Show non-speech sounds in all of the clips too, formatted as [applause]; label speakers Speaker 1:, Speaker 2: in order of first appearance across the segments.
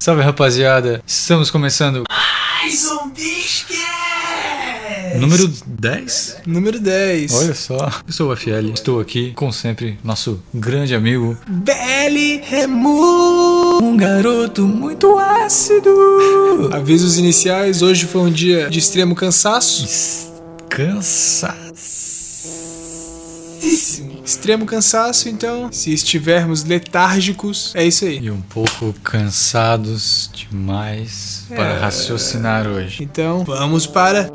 Speaker 1: Salve rapaziada, estamos começando
Speaker 2: Mais um Biscuit!
Speaker 1: número 10?
Speaker 2: Número 10.
Speaker 1: Olha só, eu sou o FL, estou aqui, como sempre, nosso grande amigo.
Speaker 2: Belle Remu!
Speaker 1: Um garoto muito ácido!
Speaker 2: Avisos iniciais, hoje foi um dia de extremo cansaço.
Speaker 1: Cansadíssimo.
Speaker 2: Extremo cansaço, então, se estivermos letárgicos, é isso aí.
Speaker 1: E um pouco cansados demais para raciocinar hoje.
Speaker 2: Então, vamos para...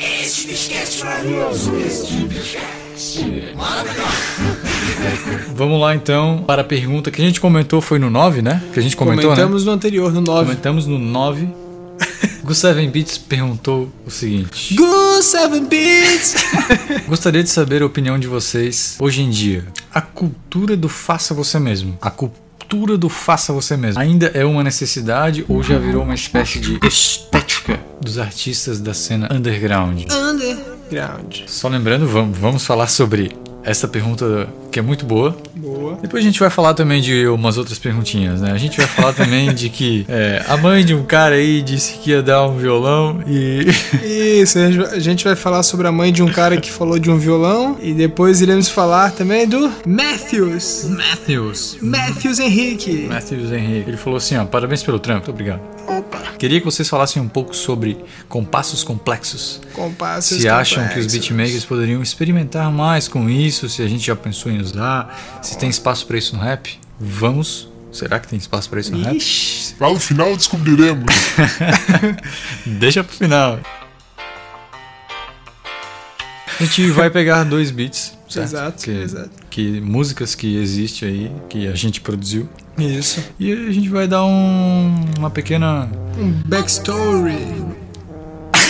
Speaker 1: Vamos lá então para a pergunta que a gente comentou, foi no 9, né? Que a gente comentou, né?
Speaker 2: Comentamos no anterior, no 9.
Speaker 1: Comentamos no 9. [laughs] Gustaven Beats perguntou o seguinte:
Speaker 2: Go Seven
Speaker 1: [laughs]
Speaker 2: Beats!
Speaker 1: Gostaria de saber a opinião de vocês hoje em dia. A cultura do faça você mesmo. A cultura do faça você mesmo ainda é uma necessidade ou já virou uma espécie de estética dos artistas da cena underground?
Speaker 2: Underground.
Speaker 1: Só lembrando, vamos, vamos falar sobre essa pergunta que é muito boa.
Speaker 2: Boa.
Speaker 1: Depois a gente vai falar também de umas outras perguntinhas, né? A gente vai falar também de que é, a mãe de um cara aí disse que ia dar um violão e. [laughs]
Speaker 2: Isso, a gente vai falar sobre a mãe de um cara que falou de um violão. E depois iremos falar também do Matthews.
Speaker 1: Matthews.
Speaker 2: Matthews Henrique.
Speaker 1: Matthews Henrique. Ele falou assim: ó, parabéns pelo trampo. Muito obrigado. Queria que vocês falassem um pouco sobre compassos complexos.
Speaker 2: Compassos.
Speaker 1: Se acham que os
Speaker 2: complexos.
Speaker 1: beatmakers poderiam experimentar mais com isso, se a gente já pensou em usar, se tem espaço pra isso no rap? Vamos. Será que tem espaço pra isso no rap?
Speaker 2: Ixi,
Speaker 3: Lá no final descobriremos.
Speaker 1: Deixa pro final. A gente vai pegar dois beats, certo?
Speaker 2: Exato,
Speaker 1: que,
Speaker 2: exato.
Speaker 1: que músicas que existe aí, que a gente produziu,
Speaker 2: é Isso.
Speaker 1: e a gente vai dar um- uma pequena
Speaker 2: Um backstory.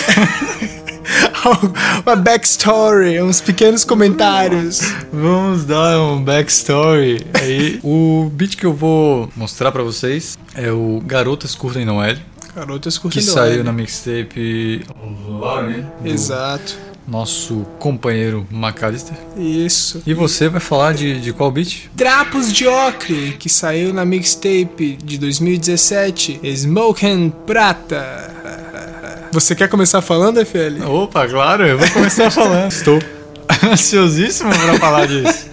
Speaker 1: [laughs]
Speaker 2: Uma backstory, uns pequenos comentários.
Speaker 1: Vamos dar um backstory aí. [laughs] o beat que eu vou mostrar pra vocês é o Garotas Curtem Não L,
Speaker 2: Garotas
Speaker 1: que né?
Speaker 2: curtindo.
Speaker 1: saiu na mixtape Lore do
Speaker 2: Exato.
Speaker 1: nosso companheiro McAllister.
Speaker 2: Isso.
Speaker 1: E você vai falar de, de qual beat?
Speaker 2: Trapos de Ocre, que saiu na mixtape de 2017, Smoking Prata. Você quer começar falando, FL?
Speaker 1: Opa, claro, eu vou começar [laughs] falando. Estou ansiosíssimo pra falar disso.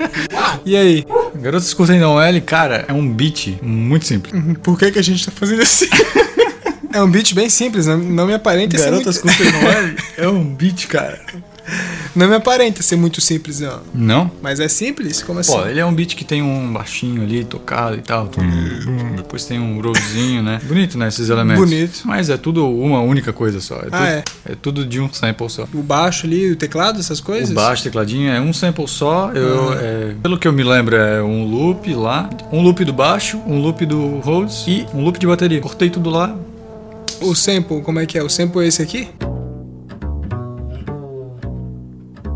Speaker 2: E aí?
Speaker 1: Garotas Curtem Não L, cara, é um beat muito simples.
Speaker 2: Por que, que a gente tá fazendo assim? é um beat bem simples, não, não me aparenta ser muito...
Speaker 1: Garotas Curtem Não [laughs] L é um beat, cara.
Speaker 2: [laughs] Não me aparenta ser muito simples, não.
Speaker 1: Não?
Speaker 2: Mas é simples? Como assim?
Speaker 1: Pô, ele é um beat que tem um baixinho ali tocado e tal. tum, tum, Depois tem um growlzinho, né? Bonito, né? Esses elementos.
Speaker 2: Bonito.
Speaker 1: Mas é tudo uma única coisa só. É tudo,
Speaker 2: Ah,
Speaker 1: é tudo de um sample só.
Speaker 2: O baixo ali, o teclado, essas coisas?
Speaker 1: O baixo, tecladinho, é um sample só. Eu,
Speaker 2: Ah.
Speaker 1: é, pelo que eu me lembro, é um loop lá, um loop do baixo, um loop do Rhodes e um loop de bateria. Cortei tudo lá.
Speaker 2: O sample, como é que é? O sample é esse aqui?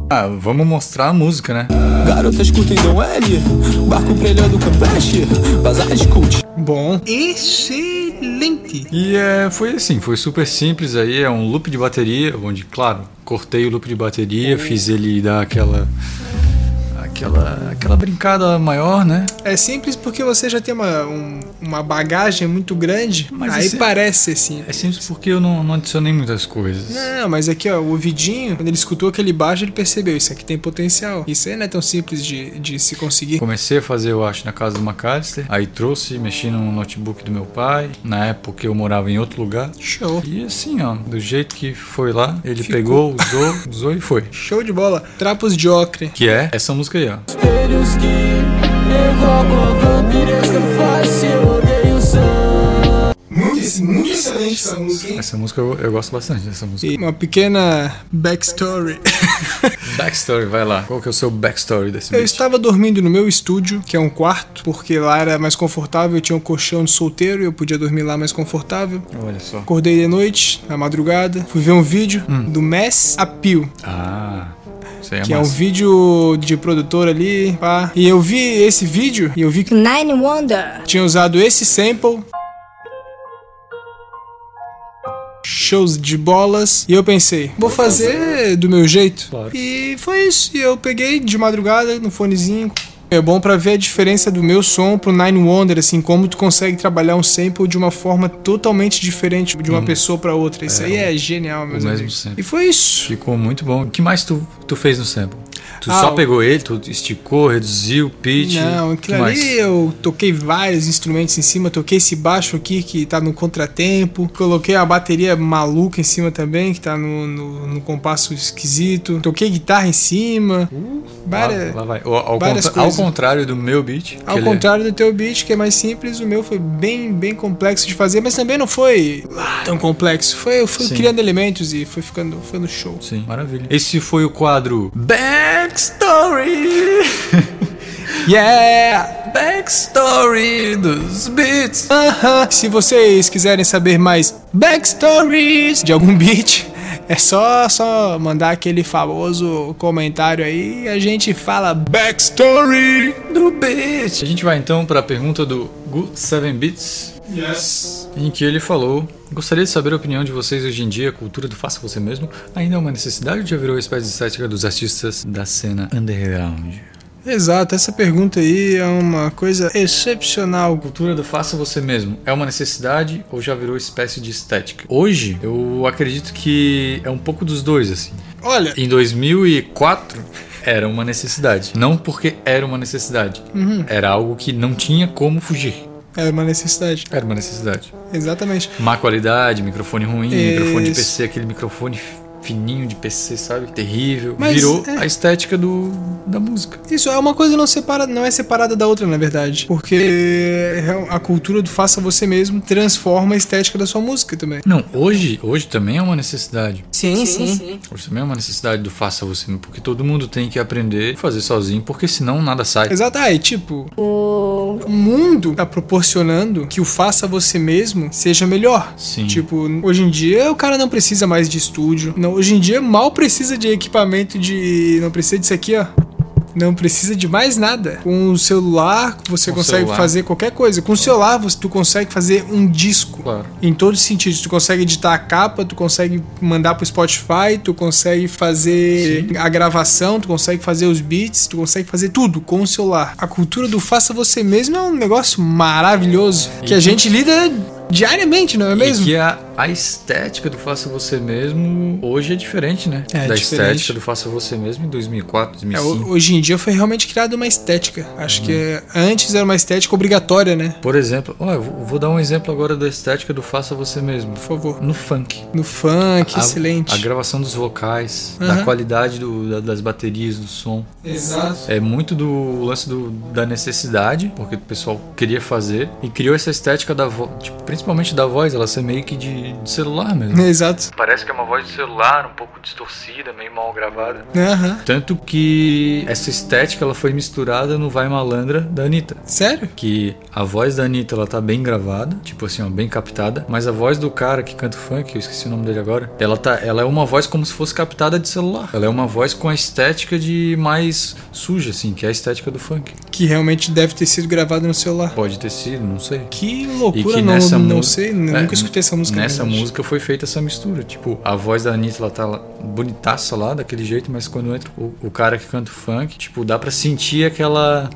Speaker 1: Ah, vamos mostrar a música, né?
Speaker 4: Garotas curtem Dom L, barco brilhando campeche, bazar de cult.
Speaker 2: Bom. Excelente!
Speaker 1: E é, foi assim, foi super simples aí, é um loop de bateria, onde, claro, cortei o loop de bateria,
Speaker 2: Uhum.
Speaker 1: fiz ele dar aquela aquela aquela brincada maior, né?
Speaker 2: É simples porque você já tem uma, um- uma bagagem muito grande,
Speaker 1: Mas
Speaker 2: aí
Speaker 1: esse-
Speaker 2: parece ser simples.
Speaker 1: É simples porque eu não, não adicionei muitas coisas.
Speaker 2: Não, mas aqui ó, o ouvidinho, quando ele escutou aquele baixo, ele percebeu, isso aqui tem potencial. Isso aí não é tão simples de, de se conseguir.
Speaker 1: Comecei a fazer, eu acho, na casa do McAllister. Aí trouxe, mexi no notebook do meu pai. Na época eu morava em outro lugar.
Speaker 2: Show.
Speaker 1: E assim, ó, do jeito que foi lá, ele
Speaker 2: Ficou.
Speaker 1: pegou, usou, usou e foi.
Speaker 2: Show de bola. Trapos de ocre.
Speaker 1: Que é essa música aí, ó.
Speaker 4: Espelhos que evocam a vampiresca face, eu odeio sangue.
Speaker 2: Muito, muito excelente essa música,
Speaker 1: Essa música eu, eu gosto bastante dessa música.
Speaker 2: E uma pequena backstory. [laughs]
Speaker 1: Backstory, vai lá. Qual que é o seu backstory desse
Speaker 2: Eu
Speaker 1: beat?
Speaker 2: estava dormindo no meu estúdio, que é um quarto, porque lá era mais confortável, eu tinha um colchão de solteiro e eu podia dormir lá mais confortável.
Speaker 1: Olha só.
Speaker 2: Acordei de noite, na madrugada, fui ver um vídeo do Mass Appeal,
Speaker 1: Ah, isso aí é
Speaker 2: que é um
Speaker 1: massa.
Speaker 2: vídeo de produtor ali, pá. E eu vi esse vídeo e eu vi que
Speaker 5: Nine Wonder.
Speaker 2: tinha usado esse sample. Shows de bolas. E eu pensei, vou fazer do meu jeito.
Speaker 1: Claro.
Speaker 2: E foi isso. E eu peguei de madrugada no fonezinho, É bom pra ver a diferença do meu som pro Nine Wonder, assim, como tu consegue trabalhar um sample de uma forma totalmente diferente de uma pessoa pra outra. Isso aí Uhum. é genial, meus
Speaker 1: mesmo
Speaker 2: amigos.
Speaker 1: sample.
Speaker 2: E foi isso.
Speaker 1: Ficou muito bom. O que mais tu, tu fez no sample? Tu
Speaker 2: Ah,
Speaker 1: só
Speaker 2: o-
Speaker 1: pegou ele, tu esticou, reduziu, pitch.
Speaker 2: Não,
Speaker 1: o né? que
Speaker 2: aquilo ali eu toquei vários instrumentos em cima, toquei esse baixo aqui que tá no contratempo, coloquei a bateria maluca em cima também, que tá no, no, no compasso esquisito, toquei guitarra em cima. várias-
Speaker 1: Uh, Ah, Lá, lá vai. Ao, ao
Speaker 2: várias
Speaker 1: contra- ao
Speaker 2: coisas.
Speaker 1: contrário do meu beat. que
Speaker 2: Ao
Speaker 1: ele é-
Speaker 2: contrário do teu beat, que é mais simples, o meu foi bem, bem complexo de fazer, mas também não foi lá tão complexo. Foi, eu fui
Speaker 1: Sim.
Speaker 2: criando elementos e foi ficando, foi no show.
Speaker 1: Sim, maravilha. Esse foi o quadro Backstory! yeah! Backstory dos beats!
Speaker 2: Aham, Se vocês quiserem saber mais backstories de algum [laughs] beat, é só, só mandar aquele famoso comentário aí e a gente fala backstory do beat.
Speaker 1: A gente vai então para a pergunta do Gu7Bits,
Speaker 2: Yes.
Speaker 1: em que ele falou: Gostaria de saber a opinião de vocês hoje em dia, a cultura do faça você mesmo ainda é uma necessidade ou já virou espécie de estética dos artistas da cena underground?
Speaker 2: Exato, essa pergunta aí é uma coisa excepcional.
Speaker 1: cultura do faça você mesmo é uma necessidade ou já virou espécie de estética? Hoje, eu acredito que é um pouco dos dois, assim.
Speaker 2: Olha,
Speaker 1: Em 2004, era uma necessidade. Não porque era uma necessidade. Era algo que não tinha como fugir.
Speaker 2: é uma necessidade.
Speaker 1: Era uma necessidade.
Speaker 2: Exatamente.
Speaker 1: Má qualidade, microfone ruim,
Speaker 2: Isso.
Speaker 1: microfone de PC, aquele microfone fininho de PC, sabe? Terrível.
Speaker 2: Mas
Speaker 1: virou
Speaker 2: é-
Speaker 1: a estética do, da música.
Speaker 2: Isso é uma coisa não separa, não é separada da outra, na verdade. Porque é- a cultura do faça você mesmo transforma a estética da sua música também.
Speaker 1: Não, hoje, hoje também é uma necessidade.
Speaker 2: Sim, sim.
Speaker 1: Hoje também é uma necessidade do faça você, mesmo, porque todo mundo tem que aprender a fazer sozinho, porque senão nada sai.
Speaker 2: Exato, ah, e tipo, o mundo tá proporcionando que o faça você mesmo seja melhor.
Speaker 1: Sim.
Speaker 2: Tipo, hoje em dia o cara não precisa mais de estúdio. Não, hoje em dia mal precisa de equipamento de. Não precisa disso aqui, ó. Não precisa de mais nada. Com o celular, você
Speaker 1: Com o
Speaker 2: consegue
Speaker 1: celular.
Speaker 2: fazer qualquer coisa. Com o celular, você, tu consegue fazer um disco.
Speaker 1: Claro.
Speaker 2: Em todos os sentidos. Tu consegue editar a capa, tu consegue mandar pro Spotify, tu consegue fazer a gravação, tu consegue fazer os beats, tu consegue fazer tudo com o celular. A cultura do faça você mesmo é um negócio maravilhoso que a gente lida diariamente, não é mesmo?
Speaker 1: É. E que a, a estética do faça você mesmo hoje é diferente, né?
Speaker 2: É,
Speaker 1: da
Speaker 2: diferente.
Speaker 1: estética do faça você mesmo em 2004,
Speaker 2: É,
Speaker 1: 2005.
Speaker 2: ho- hoje em dia foi realmente criada uma estética. Acho que
Speaker 1: Uhum.
Speaker 2: é, antes era uma estética obrigatória, né?
Speaker 1: Por exemplo, ó, eu vou vou dar um exemplo agora da estética do faça você mesmo.
Speaker 2: Por favor.
Speaker 1: No funk.
Speaker 2: No funk,
Speaker 1: A-
Speaker 2: excelente.
Speaker 1: A gravação dos vocais,
Speaker 2: Aham.
Speaker 1: da qualidade do- da- das baterias, do som.
Speaker 2: Exato.
Speaker 1: É muito do lance do- da necessidade, porque o pessoal queria fazer e criou essa estética da voz, principalmente da voz, ela ser meio que de, de celular mesmo.
Speaker 2: [laughs] Exato.
Speaker 1: Parece que é uma voz de celular, um pouco distorcida, meio mal gravada.
Speaker 2: Aham.
Speaker 1: Tanto que essa estética ela foi misturada no Vai Malandra da Anitta.
Speaker 2: Sério?
Speaker 1: Que a voz da Anitta ela tá bem gravada, tipo assim, ó, bem captada, mas a voz do cara que canta funk, eu esqueci o nome dele agora, ela, tá, ela é uma voz como se fosse captada de celular. Ela é uma voz com a estética de mais suja, assim, que é a estética do funk.
Speaker 2: Que realmente deve ter sido gravado no celular.
Speaker 1: Pode ter sido, não sei.
Speaker 2: Que loucura, não, não
Speaker 1: mu-
Speaker 2: sei, não-
Speaker 1: é,
Speaker 2: nunca escutei essa música. na
Speaker 1: Nessa
Speaker 2: verdade.
Speaker 1: música foi feita essa mistura. Tipo, a voz da Anitta, ela tá lá, bonitaça lá, daquele jeito, mas quando entra o, o cara que canta o funk, tipo, dá pra sentir aquela.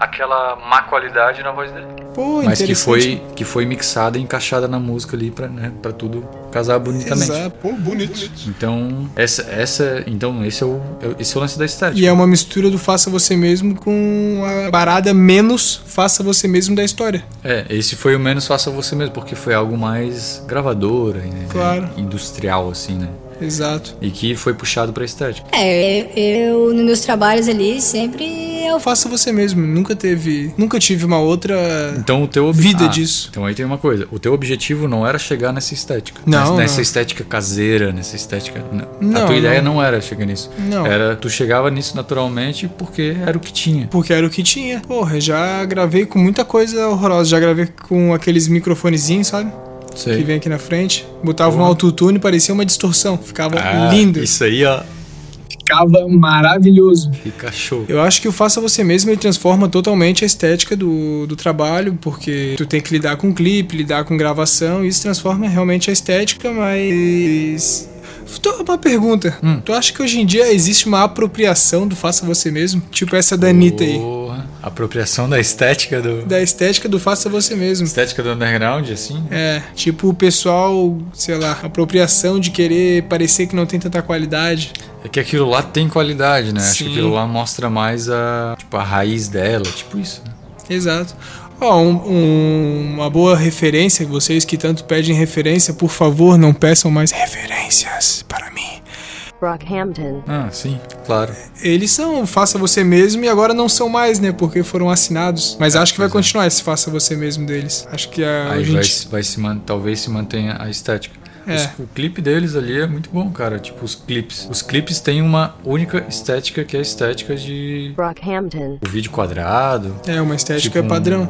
Speaker 1: Aquela má qualidade na voz dele.
Speaker 2: Pô,
Speaker 1: Mas que
Speaker 2: interessante.
Speaker 1: foi, que foi mixada e encaixada na música ali pra, né, pra tudo casar bonitamente.
Speaker 2: Exato. Pô, bonito.
Speaker 1: Então, essa, essa. Então, esse é o, é- esse é o lance da estética.
Speaker 2: E é uma mistura do faça você mesmo com a parada menos faça você mesmo da história.
Speaker 1: É, esse foi o menos faça você mesmo, porque foi algo mais gravadora, né,
Speaker 2: Claro.
Speaker 1: industrial, assim, né?
Speaker 2: Exato.
Speaker 1: E que foi puxado pra estética.
Speaker 3: É, eu, eu nos meus trabalhos ali sempre eu
Speaker 2: Faça você mesmo. Nunca teve. Nunca tive uma outra.
Speaker 1: Então o teu ob-
Speaker 2: Vida disso.
Speaker 1: Então aí tem uma coisa. O teu objetivo não era chegar nessa estética.
Speaker 2: Não,
Speaker 1: Nessa, nessa
Speaker 2: não.
Speaker 1: estética caseira, nessa estética. Não.
Speaker 2: Não,
Speaker 1: a tua ideia
Speaker 2: não.
Speaker 1: não era chegar nisso.
Speaker 2: Não.
Speaker 1: Era tu chegava nisso naturalmente porque era o que tinha.
Speaker 2: Porque era o que tinha. Porra, já gravei com muita coisa horrorosa. Já gravei com aqueles microfonezinhos, sabe? Que
Speaker 1: Sei.
Speaker 2: vem aqui na frente. Botava um
Speaker 1: Porra.
Speaker 2: autotune, parecia uma distorção. Ficava
Speaker 1: Ah,
Speaker 2: lindo.
Speaker 1: Isso aí, ó.
Speaker 2: Ficava maravilhoso.
Speaker 1: Fica show.
Speaker 2: Eu acho que o faça você mesmo ele transforma totalmente a estética do, do trabalho, porque tu tem que lidar com clipe, lidar com gravação, e isso transforma realmente a estética, mas. Tô- Uma pergunta.
Speaker 1: Oh.
Speaker 2: Tu acha que hoje em dia existe uma apropriação do faça você mesmo? Tipo essa da Anitta aí.
Speaker 1: Porra. Apropriação da estética do.
Speaker 2: Da estética do faça você mesmo.
Speaker 1: Estética do underground, assim?
Speaker 2: É, tipo o pessoal, sei lá, apropriação de querer parecer que não tem tanta qualidade.
Speaker 1: É que aquilo lá tem qualidade, né? Acho que
Speaker 2: Sim.
Speaker 1: aquilo lá mostra mais a, tipo, a raiz dela, tipo isso, né?
Speaker 2: Exato. Ó, um- um- uma boa referência, vocês que tanto pedem referência, por favor, não peçam mais referências para mim.
Speaker 5: Brockhampton.
Speaker 1: Ah, sim, claro.
Speaker 2: Eles são Faça Você Mesmo e agora não são mais, né? Porque foram assinados. Mas acho que vai continuar esse Faça Você Mesmo deles. Acho que a,
Speaker 1: É, Aí
Speaker 2: a
Speaker 1: vai,
Speaker 2: gente.
Speaker 1: se- vai se man- talvez se mantenha a estética.
Speaker 2: É.
Speaker 1: Os- o clipe deles ali é muito bom, cara. Tipo, os clipes. Os clipes têm uma única estética que é a estética de
Speaker 5: Brockhampton.
Speaker 1: o vídeo quadrado,
Speaker 2: É uma estética
Speaker 1: Tipo um-
Speaker 2: padrão.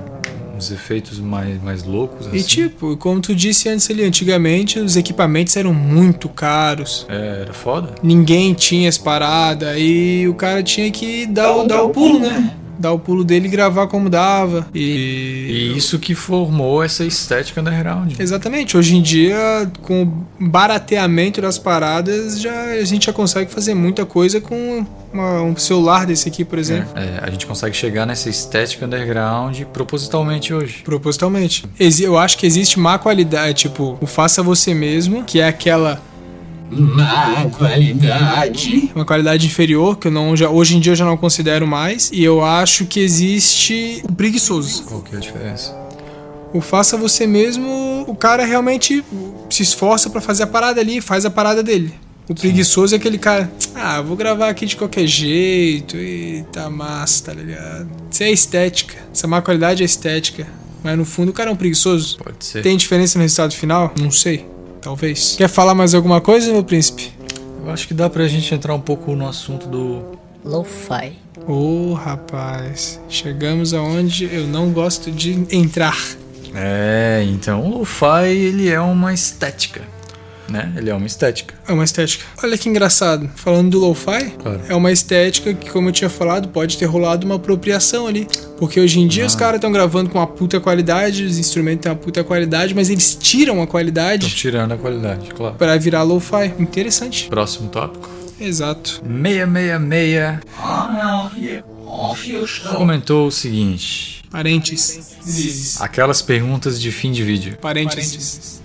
Speaker 1: uns efeitos mais, mais loucos.
Speaker 2: E
Speaker 1: Assim.
Speaker 2: tipo, como tu disse antes ali, antigamente os equipamentos eram muito caros.
Speaker 1: É, era foda.
Speaker 2: Ninguém tinha as paradas e o cara tinha que dar, o, dar o pulo, né? Dar o pulo dele e gravar como dava. E.
Speaker 1: E isso que formou essa estética underground.
Speaker 2: Exatamente, hoje em dia, com o barateamento das paradas, já, a gente já consegue fazer muita coisa com uma- um celular desse aqui, por exemplo.
Speaker 1: É, a gente consegue chegar nessa estética underground propositalmente hoje.
Speaker 2: Propositalmente. Exi- Eu acho que existe má qualidade, tipo, o faça você mesmo, que é aquela
Speaker 4: Má qualidade.
Speaker 2: uma qualidade inferior, que eu não já, hoje em dia eu já não considero mais. E eu acho que existe o preguiçoso.
Speaker 1: Qual que é a diferença?
Speaker 2: O faça você mesmo, o cara realmente se esforça pra fazer a parada ali, faz a parada dele. O preguiçoso é aquele cara, ah, vou gravar aqui de qualquer jeito, e tá massa, tá ligado? Isso é estética, essa má qualidade é estética. Mas no fundo o cara é um preguiçoso.
Speaker 1: Pode ser.
Speaker 2: Tem diferença no resultado final? Não sei, talvez. Quer falar mais alguma coisa, meu príncipe?
Speaker 1: Eu acho que dá pra gente entrar um pouco no assunto do.
Speaker 3: Lo-fi.
Speaker 2: Ô rapaz, chegamos aonde eu não gosto de entrar.
Speaker 1: É, então o lo-fi ele é uma estética. Né? Ele é uma estética.
Speaker 2: É uma estética. Olha que engraçado. Falando do lo-fi,
Speaker 1: Claro.
Speaker 2: é uma estética que, como eu tinha falado, pode ter rolado uma apropriação ali. Porque hoje em dia os caras estão gravando com uma puta qualidade, os instrumentos têm uma puta qualidade, mas eles tiram a
Speaker 1: Tô
Speaker 2: qualidade
Speaker 1: tirando a qualidade, claro.
Speaker 2: pra virar lo-fi. Interessante.
Speaker 1: Próximo tópico.
Speaker 2: Exato.
Speaker 1: 666 comentou o seguinte:
Speaker 2: Parênteses.
Speaker 1: aquelas perguntas de fim de vídeo.
Speaker 2: Parênteses.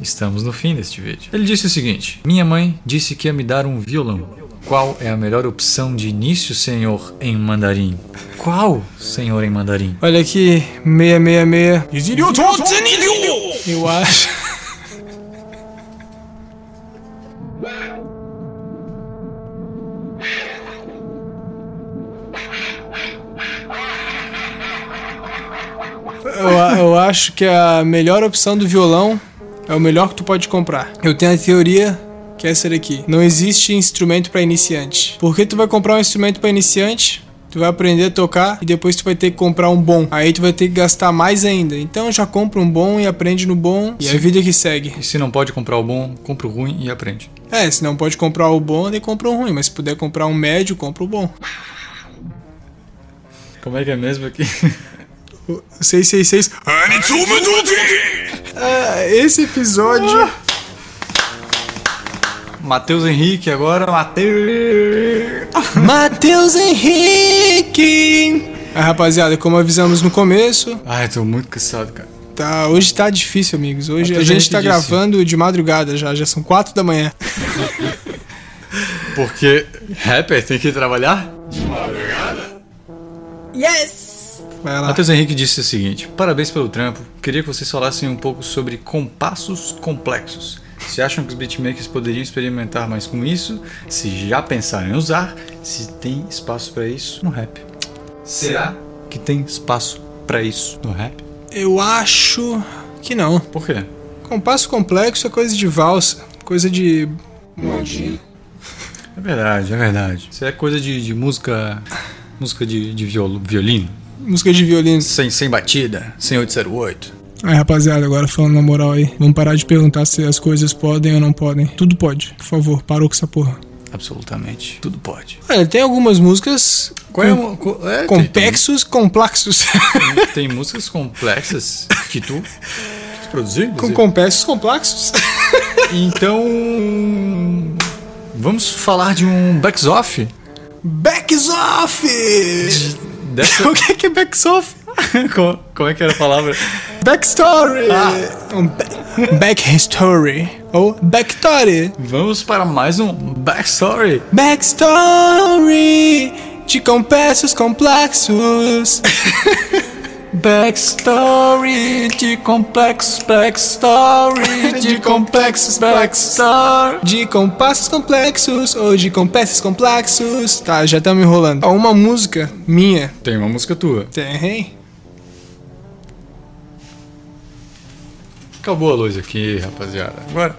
Speaker 1: Estamos no fim deste vídeo. Ele disse o seguinte: Minha mãe disse que ia me dar um violão. Qual é a melhor opção de início, senhor, em mandarim? Qual, senhor, em mandarim?
Speaker 2: Olha aqui, 666. Eu acho. Eu, a- eu acho que a melhor opção do violão é o melhor que tu pode comprar. Eu tenho a teoria que é essa daqui. Não existe instrumento pra iniciante. Por que tu vai comprar um instrumento pra iniciante? Tu vai aprender a tocar e depois tu vai ter que comprar um bom. Aí tu vai ter que gastar mais ainda. Então já compra um bom e aprende no bom e é a vida que segue.
Speaker 1: E se não pode comprar o bom, compra o ruim e aprende.
Speaker 2: É, se não pode comprar o bom, nem compra o ruim. Mas se puder comprar um médio, compra o bom.
Speaker 1: Como é que é mesmo aqui? [laughs]
Speaker 2: 666. Ah, esse episódio.
Speaker 1: Matheus Henrique agora, Matheus.
Speaker 2: Matheus Henrique! Ah, rapaziada, como avisamos no começo,
Speaker 1: Ai, tô muito cansado, cara.
Speaker 2: tá, hoje tá difícil, amigos. Hoje a
Speaker 1: Matheus
Speaker 2: gente tá
Speaker 1: Henrique disse.
Speaker 2: gravando de madrugada já, já são quatro da manhã.
Speaker 1: Porque rapper tem que trabalhar?
Speaker 3: Yes!
Speaker 2: Vai lá.
Speaker 1: Matheus Henrique disse o seguinte: Parabéns pelo trampo. Queria que vocês falassem um pouco sobre compassos complexos. Se acham que os beatmakers poderiam experimentar mais com isso? Se já pensaram em usar? Se tem espaço pra isso no rap? Será que tem espaço pra isso no rap?
Speaker 2: Eu acho que não.
Speaker 1: Por quê?
Speaker 2: Compasso complexo é coisa de valsa, coisa de.
Speaker 1: É verdade, é verdade. Isso é coisa de, de música. Música de, de violo- violino.
Speaker 2: música de violino.
Speaker 1: Sem, sem batida, sem 808.
Speaker 2: Aí, rapaziada, agora falando na moral aí, vamos parar de perguntar se as coisas podem ou não podem. Tudo pode, por favor, parou com essa porra.
Speaker 1: Absolutamente. um, Tudo pode.
Speaker 2: Olha, tem algumas músicas.
Speaker 1: é
Speaker 2: com- Complexos, complexos. [laughs]
Speaker 1: Tem músicas complexas que tu, que tu produziu,
Speaker 2: com
Speaker 1: inclusive.
Speaker 2: complexos, complexos.
Speaker 1: Então, vamos falar de um backs off
Speaker 2: Backs off!
Speaker 1: de, dessa.
Speaker 2: [laughs] o que que é backsoft?
Speaker 1: [laughs] como, como é que era a palavra?
Speaker 2: Backstory! Um ba- backstory. Ou backstory.
Speaker 1: Vamos para mais um backstory.
Speaker 2: Backstory! Te confesso os complexos.
Speaker 1: Backstory de complexo,
Speaker 2: [laughs]
Speaker 1: backstory
Speaker 2: De complexos,
Speaker 1: backstory.
Speaker 2: De compassos complexos ou de compassos complexos. Tá, já tá me enrolando. Ó, Uma música minha.
Speaker 1: Tem uma música tua.
Speaker 2: Tem.
Speaker 1: Acabou a luz aqui, rapaziada. Agora.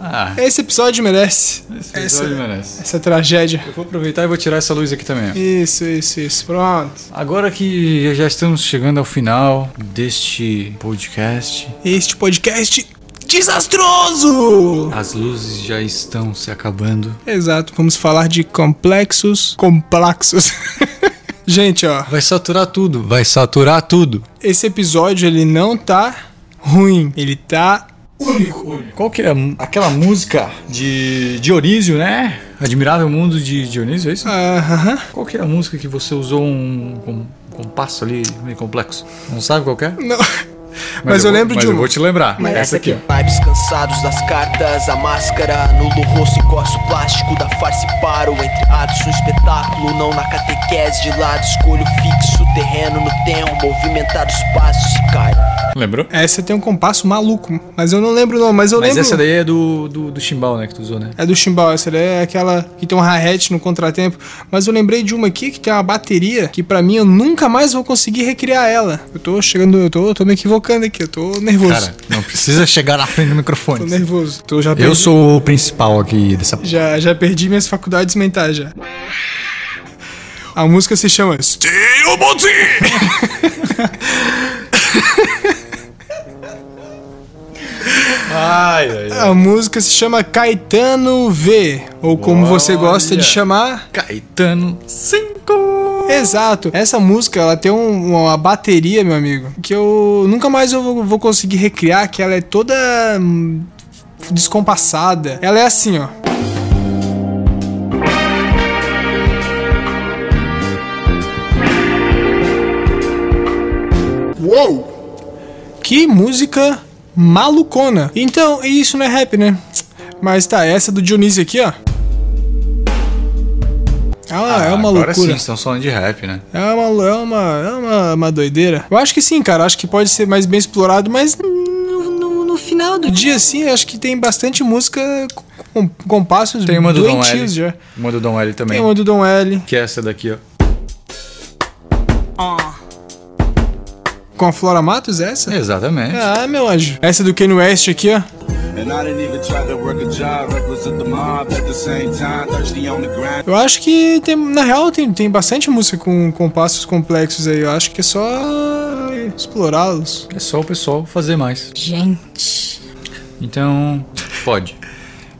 Speaker 1: Ah,
Speaker 2: Esse episódio merece.
Speaker 1: esse
Speaker 2: essa,
Speaker 1: episódio merece.
Speaker 2: essa tragédia.
Speaker 1: Eu vou aproveitar e vou tirar essa luz aqui também. ó.
Speaker 2: Isso, isso, isso. Pronto.
Speaker 1: Agora que já estamos chegando ao final deste podcast,
Speaker 2: Este podcast desastroso!
Speaker 1: as luzes já estão se acabando.
Speaker 2: Exato, vamos falar de complexos complexos. [laughs] Gente, ó,
Speaker 1: Vai saturar tudo, vai saturar tudo.
Speaker 2: esse episódio ele não tá ruim, ele tá
Speaker 1: Qual que é a- aquela música de Dionísio, né? Admirável Mundo de Dionísio, é isso?
Speaker 2: aham,
Speaker 1: Qual que é a música que você usou um, um compasso ali meio complexo? Não sabe qual que é? Mas,
Speaker 2: [laughs] não. Mas, eu,
Speaker 1: vou-
Speaker 2: lembro
Speaker 1: mas
Speaker 2: de um.
Speaker 1: eu
Speaker 2: uma.
Speaker 1: vou te lembrar. Essa aqui, ó.
Speaker 6: Vibes cansados das cartas, a máscara, nulo o rosto, encosto o plástico da farsa e paro. Entre atos, um espetáculo, não na catequese de lado. Escolho fixo, terreno no tempo, movimentar os passos e cai.
Speaker 1: Lembrou?
Speaker 2: Essa tem um compasso maluco, mas eu não lembro não, mas eu
Speaker 1: Mas
Speaker 2: lembro.
Speaker 1: essa daí é do, do, do chimbal, né? Que tu usou, né?
Speaker 2: É do chimbal, essa daí é aquela que tem um hi-hat no contratempo. Mas eu lembrei de uma aqui que tem uma bateria que pra mim eu nunca mais vou conseguir recriar ela. Eu tô chegando, eu tô, eu tô me equivocando aqui, eu tô nervoso.
Speaker 1: Cara, não precisa chegar na frente do
Speaker 2: tô
Speaker 1: microfone.
Speaker 2: nervoso. Tô já
Speaker 1: Eu
Speaker 2: perdi-
Speaker 1: sou o principal aqui dessa.
Speaker 2: Já, já perdi minhas faculdades mentais já. A música se chama Steel Body.
Speaker 1: Ai, ai, ai.
Speaker 2: A música se chama Caetano V, ou como você gosta
Speaker 1: Olha.
Speaker 2: de chamar.
Speaker 1: Caetano 5.
Speaker 2: Exato. Essa música, ela tem um- uma bateria, meu amigo, que eu nunca mais eu vou, vou conseguir recriar, que ela é toda hum, descompassada. Ela é assim, ó. Uou! Que música malucona. Então, e isso não é rap, né? Mas tá, essa do Dionísio aqui, ó. Ah, é uma
Speaker 1: Agora
Speaker 2: loucura.
Speaker 1: sim, estão falando de rap, né?
Speaker 2: É uma, é uma, é uma, uma doideira. Eu acho que sim, cara. Acho que pode ser mais bem explorado, mas no, no- no final do dia, sim, acho que tem bastante música com, com passos
Speaker 1: Tem uma do Dom L.
Speaker 2: doentios já.
Speaker 1: Uma do Dom L também.
Speaker 2: Tem uma do Dom L,
Speaker 1: Que é essa daqui, ó.
Speaker 2: com a Flora Matos,
Speaker 1: É.
Speaker 2: essa?
Speaker 1: Exatamente.
Speaker 2: Ah, meu anjo. Essa do Kanye West aqui, ó.
Speaker 7: And I didn't even try to work a job, reckless of the mob at the same time, thirsty on the grind.
Speaker 2: Eu acho que, tem, na real, tem, tem bastante música com, com passos complexos aí. Eu acho que é só explorá-los.
Speaker 1: É só o pessoal fazer mais.
Speaker 3: Gente.
Speaker 1: Então, pode.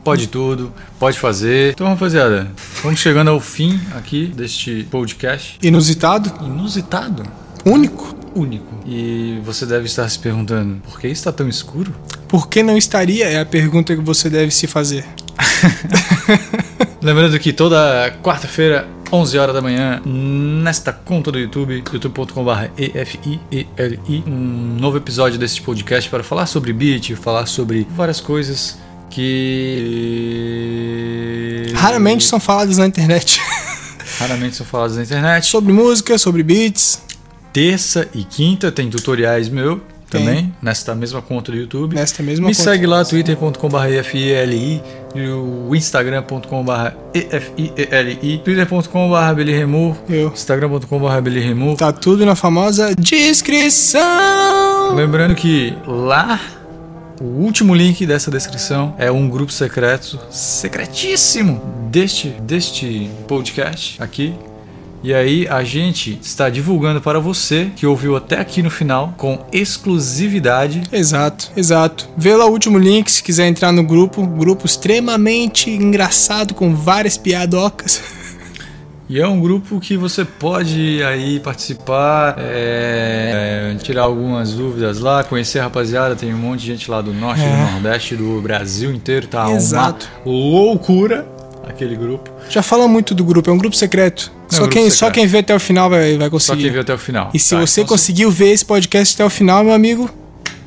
Speaker 1: Pode tudo, pode fazer. Então, rapaziada, vamos chegando ao fim aqui deste podcast
Speaker 2: Inusitado,
Speaker 1: inusitado,
Speaker 2: único.
Speaker 1: único. E você deve estar se perguntando, por que está tão escuro?
Speaker 2: Por que não estaria? É a pergunta que você deve se fazer.
Speaker 1: Lembrando que toda quarta-feira, 11 horas da manhã, nesta conta do YouTube, youtube.com.br EFIELI, um novo episódio desse podcast para falar sobre beat, falar sobre várias coisas que.
Speaker 2: Raramente são faladas na internet. [laughs]
Speaker 1: Raramente são faladas na internet.
Speaker 2: sobre música, sobre beats,
Speaker 1: Terça e quinta tem tutoriais meu
Speaker 2: Tem.
Speaker 1: também, nesta mesma conta do YouTube.
Speaker 2: nesta mesma
Speaker 1: Me
Speaker 2: conta.
Speaker 1: segue lá, twitter.com.br EFILI, e o instagram.com.br EFIELI, twitter.com.br bilirremur,
Speaker 2: Eu.
Speaker 1: instagram.com.br bilirremur.
Speaker 2: Tá tudo na famosa descrição.
Speaker 1: Lembrando que lá, o último link dessa descrição é um grupo secreto, secretíssimo, deste, deste podcast aqui. E aí a gente está divulgando para você, que ouviu até aqui no final, com exclusividade,
Speaker 2: Exato, exato. Vê lá o último link se quiser entrar no grupo. Grupo extremamente engraçado com várias piadocas. [laughs]
Speaker 1: E é um grupo que você pode aí participar, é, é, tirar algumas dúvidas lá, conhecer a rapaziada. Tem um monte de gente lá do norte, do nordeste, do Brasil inteiro. Tá
Speaker 2: É. Exato.
Speaker 1: uma loucura. aquele grupo.
Speaker 2: Já fala muito do grupo, é um grupo secreto.
Speaker 1: É um
Speaker 2: só,
Speaker 1: grupo
Speaker 2: quem, só
Speaker 1: secreto.
Speaker 2: quem vê até o final vai, vai
Speaker 1: Só
Speaker 2: conseguir.
Speaker 1: quem viu até o final.
Speaker 2: E se
Speaker 1: Tá,
Speaker 2: você
Speaker 1: então,
Speaker 2: conseguiu ver esse podcast até o final, meu amigo,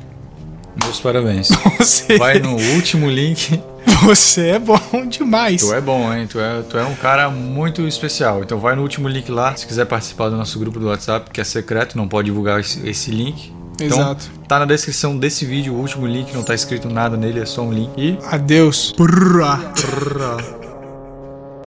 Speaker 2: [laughs]
Speaker 1: Meus parabéns.
Speaker 2: você,
Speaker 1: Vai no último link.
Speaker 2: você é bom [laughs] demais.
Speaker 1: Tu é bom, hein? Tu é, tu é um cara muito especial. Então vai no último link lá, se quiser participar do nosso grupo do WhatsApp, que é secreto, não pode divulgar esse, esse link. Então,
Speaker 2: Exato.
Speaker 1: Tá na descrição desse vídeo o último link, não tá escrito nada nele, é só um link. E
Speaker 2: Adeus. Prrra.